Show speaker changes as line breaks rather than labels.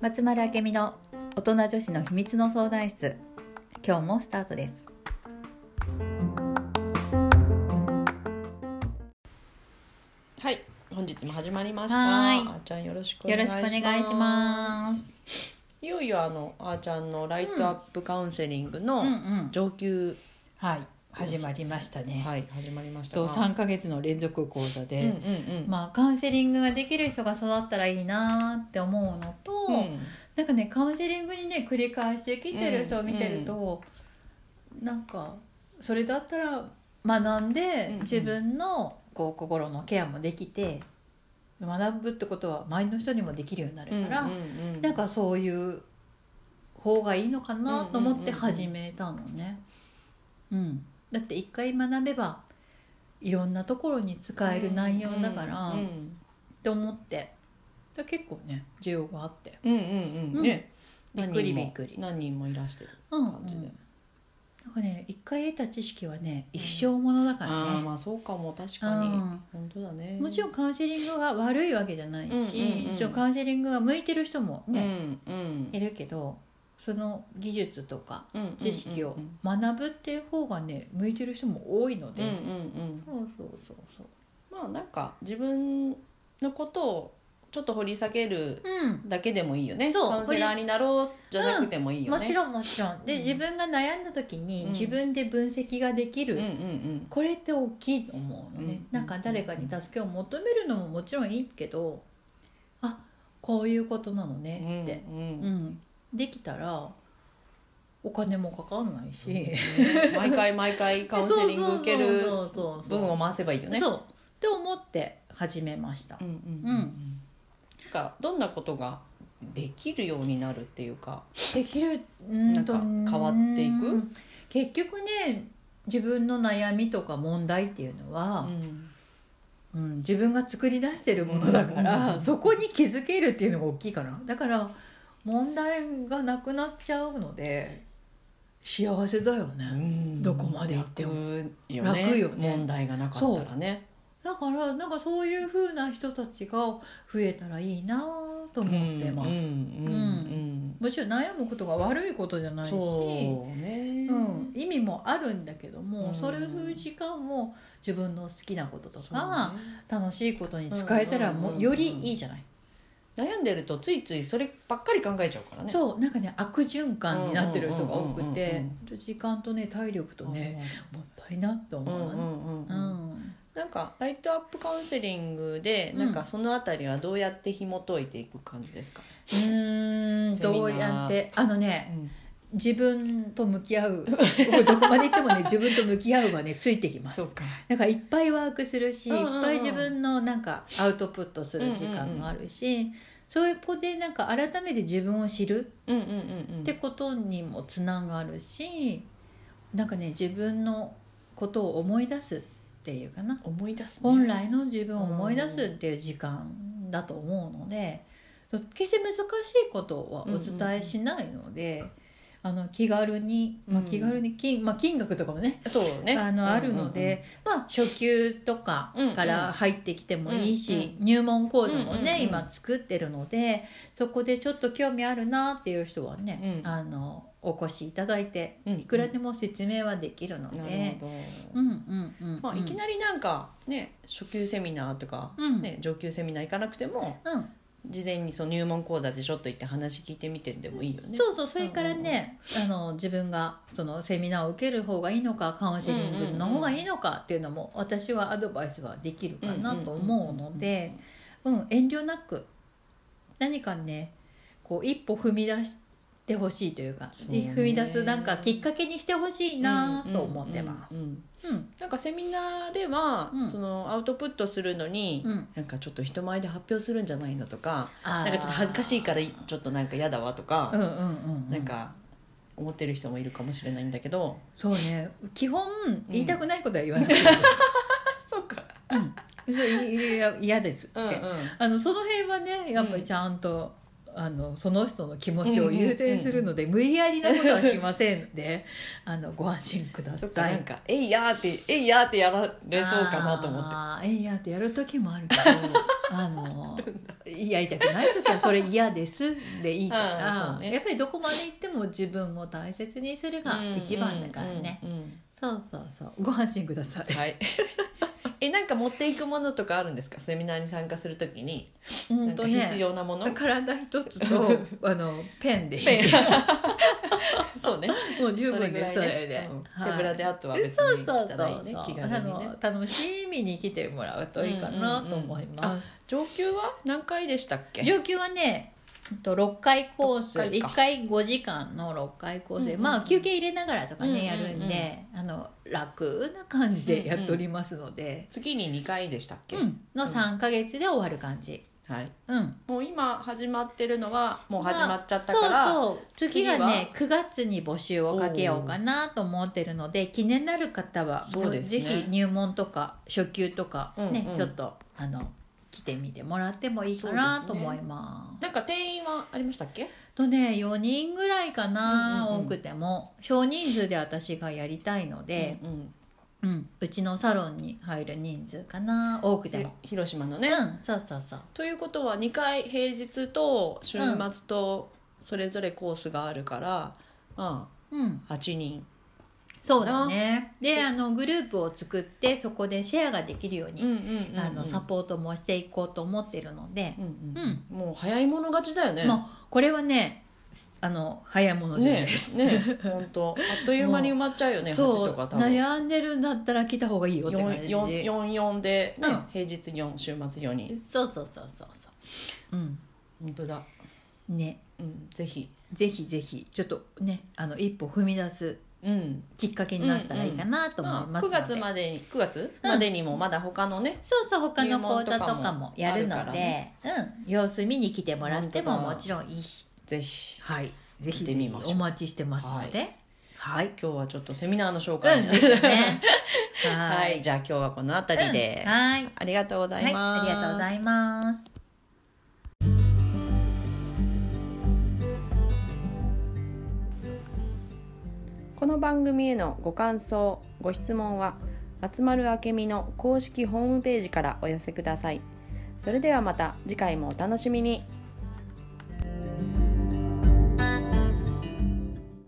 松丸明美の大人女子の秘密の相談室今日もスタートです
はい、本日も始まりました。
はーい
あーちゃんよろしくお
よろ
願い
し
し
く
ま
お
す。
願いします
いよいよあのあーちゃんのライトアップカウンセリング
うんう
の
ん
上級、
はい、始まりましたね。
はい始まりました
と
が。
3ヶ月の連続講座
うんうん
で、
うん。
まあカウンセリングができる人が育ったらいいなって思うのと、
うん
なんかねカウンセリングにね繰り返してきてる人を見てると、なんかそれだったら学ん
うん
で
うん
自分のこう心のケアもできて学ぶってことは周りの人にもできるようになるから、
うんうんうん
なんかそういう方がいいのかなと思って始めたのね。うんだって一回学べばいろんなところに使える内容だから、
うん
って思ってだから結構ね需要があって。
うんう
う
んうんん。ね、
びっくりびっくり
何人も何人もいらしてる
うんうん
感じで。
なんかね一回得た知識はね一生ものだから
ああ
ね、
まあそうかも確かに、
うん
本当だね。
もちろんカウンセリングが悪いわけじゃないし、
うんうんうん
そのカウンセリングが向いてる人もね、
うんうん
いるけどその技術とか
うんうんうん
知識を
うん
学ぶっていう方がね向いてる人も多いの
うんう
で、
ん。
そうそうそうそう
まあなんか自分のことをちょっと掘り下げる
うん
だけでもいいよね
そう
カウンセラーになろうじゃなくてもいいよ
も
ね、
ちろんもちろんで、
うん
自分が悩んだ時に
うん
自分で分析ができる、
うんうん
これって大きいと思うのね、
うん
なんか誰かに助けを求めるのももちろんいいけどあこういうことなの
うん
ねって、
うん
うん
うん
できたらお金もかかんないし、
ね毎回毎回カウンセリング受ける分を
ま
回せばいいよね
そうって思って始めました、
うんうん
う
なんかどんなことができるようになるっていうか
できるうーと
なんか変わっていく
うん結局ね自分の悩みとか問題っていうのは、
うん
うん、自分が作り出してるものだから、
うん
そこに気づけるっていうのが大きいかなだから問題がなくなっちゃうので幸せだよね、どこまで行っても
楽よね
楽よね
問題がなかったらね
だからなんかそういう風な人たちが増えたらいいなと思ってます、
うんうんうん
もちろん悩むことが悪いことじゃな
うん
いし
そうね
うん、意味もあるんだけども、
うん
そういう時間も自分の好きなことと
そう
か、
ね
楽しいことに使えたらも
うんうんうんう
うんよりいいじゃない、
悩んでるとついついそればっかり考えちゃうからね
そうなんかね悪循環になってる人が多く
うんうんうんうん
て
うん
時間とね体力とねもったいなって
うんう
思
ん
う
う
な、
ん
う
うんんなんかライトアップカウンセリングで
うん
なんかそのあたりはどうやって紐解いていく感じですか、
うーん
セミナー
どうやってあのね
うん
自分と向き合う どこまで行ってもね自分と向き合うはねついてきます
そうか
なんかいっぱいワークするし、
うんうんうん
いっぱい自分のなんかアウトプットする時間もあるし、そういう子でなんか改めて自分を知る
うんうんうんうん
ってことにもつながるしなんかね自分のことを思い出すっていうかな
思い出す、ね、
本来の自分を思い出すっていう時間だと思うので、そう決して難しいことはお伝えしないので、あの気軽に、まあ、
うん
気軽に金,、まあ、金額とかもね
そうね
あのあるので、まあ、初級とかから入ってきてもいいし、
うん
入門講座もね、
うんうんうん
今作ってるのでそこでちょっと興味あるなっていう人はね、
うん
あのお越しいただいて
うんうん
いくらでも説明はできるの
うんうん
で、
なるほ
う
ど、
んうんうんうん
まあ、いきなりなんかね初級セミナーとか、
うん
ね、上級セミナー行かなくても
うん
事前にその入門講座でちょっと行って話聞いてみてでもいいよね
そうそうそれからね、あの自分がそのセミナーを受ける方がいいのかカウンセリングの方がいいのかっていうのも私はアドバイスはできるかなと思うのでうん遠慮なく何かねこう一歩踏み出してほしいというか
そうね
踏み出すなんかきっかけにしてほしいなと思ってます。
す、うんうんうん
うん
なんかセミナーでは、
うん
そのアウトプットするのに、
うん
なんかちょっと人前で発表するんじゃないのとか
な
なんかちょっと恥ずかしいからいちょっとなんか嫌だわとか、
うんうんうん、
なんか思ってる人もいるかもしれないんだけど、
そうね基本言いたくないことは言わない、
そうか、
うん、そういいや嫌ですって、
うんうん、
あのその辺はねやっぱりちゃんと、あのその人の気持ちを優先するので、無理やりなことはしませんのであのご安心くだ
そっか
さ
なん
い。
か「えいや」って「えいや」ってやられそうかなと思って
あーえいやってやる時もある けどあのやりたくない時は「それ嫌です」でいいか
あー
ら、
そうね
やっぱりどこまで行っても自分を大切にするが一番だからね、
うんうんうん
そうそうそうご安心ください、
はい えなんか持っていくものとかあるんですかセミナーに参加するときに
う
なん
んと
か
ね
必要なもの、
体一つ とあのペンでいい
ペン そうね
もう十
それ
分
ぐ
で
ら
す
い
そ
ね
れで
うん、
はい
手ぶらであとは別
そう
に
そうそ
来た
う
らいいね
そう
気
あ
軽にね
の楽しみに来てもらうといいかなと思い
うんうん
ま
うん
す、
上級は何回でしたっけ
上級はねうんと6回コース
六回
1
か
回5時間の6回コースで、
うんうん
まあ休憩入れながらとかね、
うんうんうん
やるんであの楽な感じでやっておりますので、
次に2回でしたっけ、
うんの3か月で終わる感じ
はい、
うん
もう今始まってるのはもう始まっちゃったから、
まあそうそう次がね
次は
9月に募集をかけようかなと思ってるので気になる方は
そうですね
ぜひ入門とか初級とかね、
うんうん
ちょっとあの来てみてもらってもいいかなと思います。
なんか定員はありましたっけ
とね4人ぐらいかな、
うんうんうん
多くても少人数で私がやりたいので、
うんうん
うんうちのサロンに入る人数かな多くて
で
も。
広島のね、
うんそうそうそう
ということは2回平日と週末とそれぞれコースがあるから、ま
うん
あ8人
そうだねであのグループを作ってそこでシェアができるように、あ
あ
のサポートもしていこうと思ってるので、
うんうん
うん
もう早い者勝ちだよね
もうこれはねあの早いものじゃない
ね
です、
ね 本当あっという間に埋まっちゃうよね
そ
8
う
とか多分
悩んでるんだったら来た方がいいよって感じ
44で、ね
うん
平日4週末4人
そうそうそうそうそううん
本当だ、
ね
うん、ぜひ、
ぜひぜひちょっとねあの一歩踏み出す
うん
きっかけになったらいいかなと思い
ま
ま
あ、
すの
9
で、
月までに9月までにもまだ他のね、
そうそう他の講座と
入
か
門
も
とかも
やる
あ
の
るか
で
らね
うん、様子見に来てもらっても
本当だ
もちろんいいし
ぜひ
はいぜひ
行って
ぜ
み
ひ
ましょう
お待ちしてますのではい、
今日はちょっとセミナーの紹
う
介
ん
に
ですねは
はいい、じゃあ今日はこの辺りで、
うんはい
ありがとうござ
はいい、
ま
あ
す、
りがとうございます。
この番組へのご感想ご質問は集まるあけみの公式ホームページからお寄せくださいそれではまた次回もお楽しみに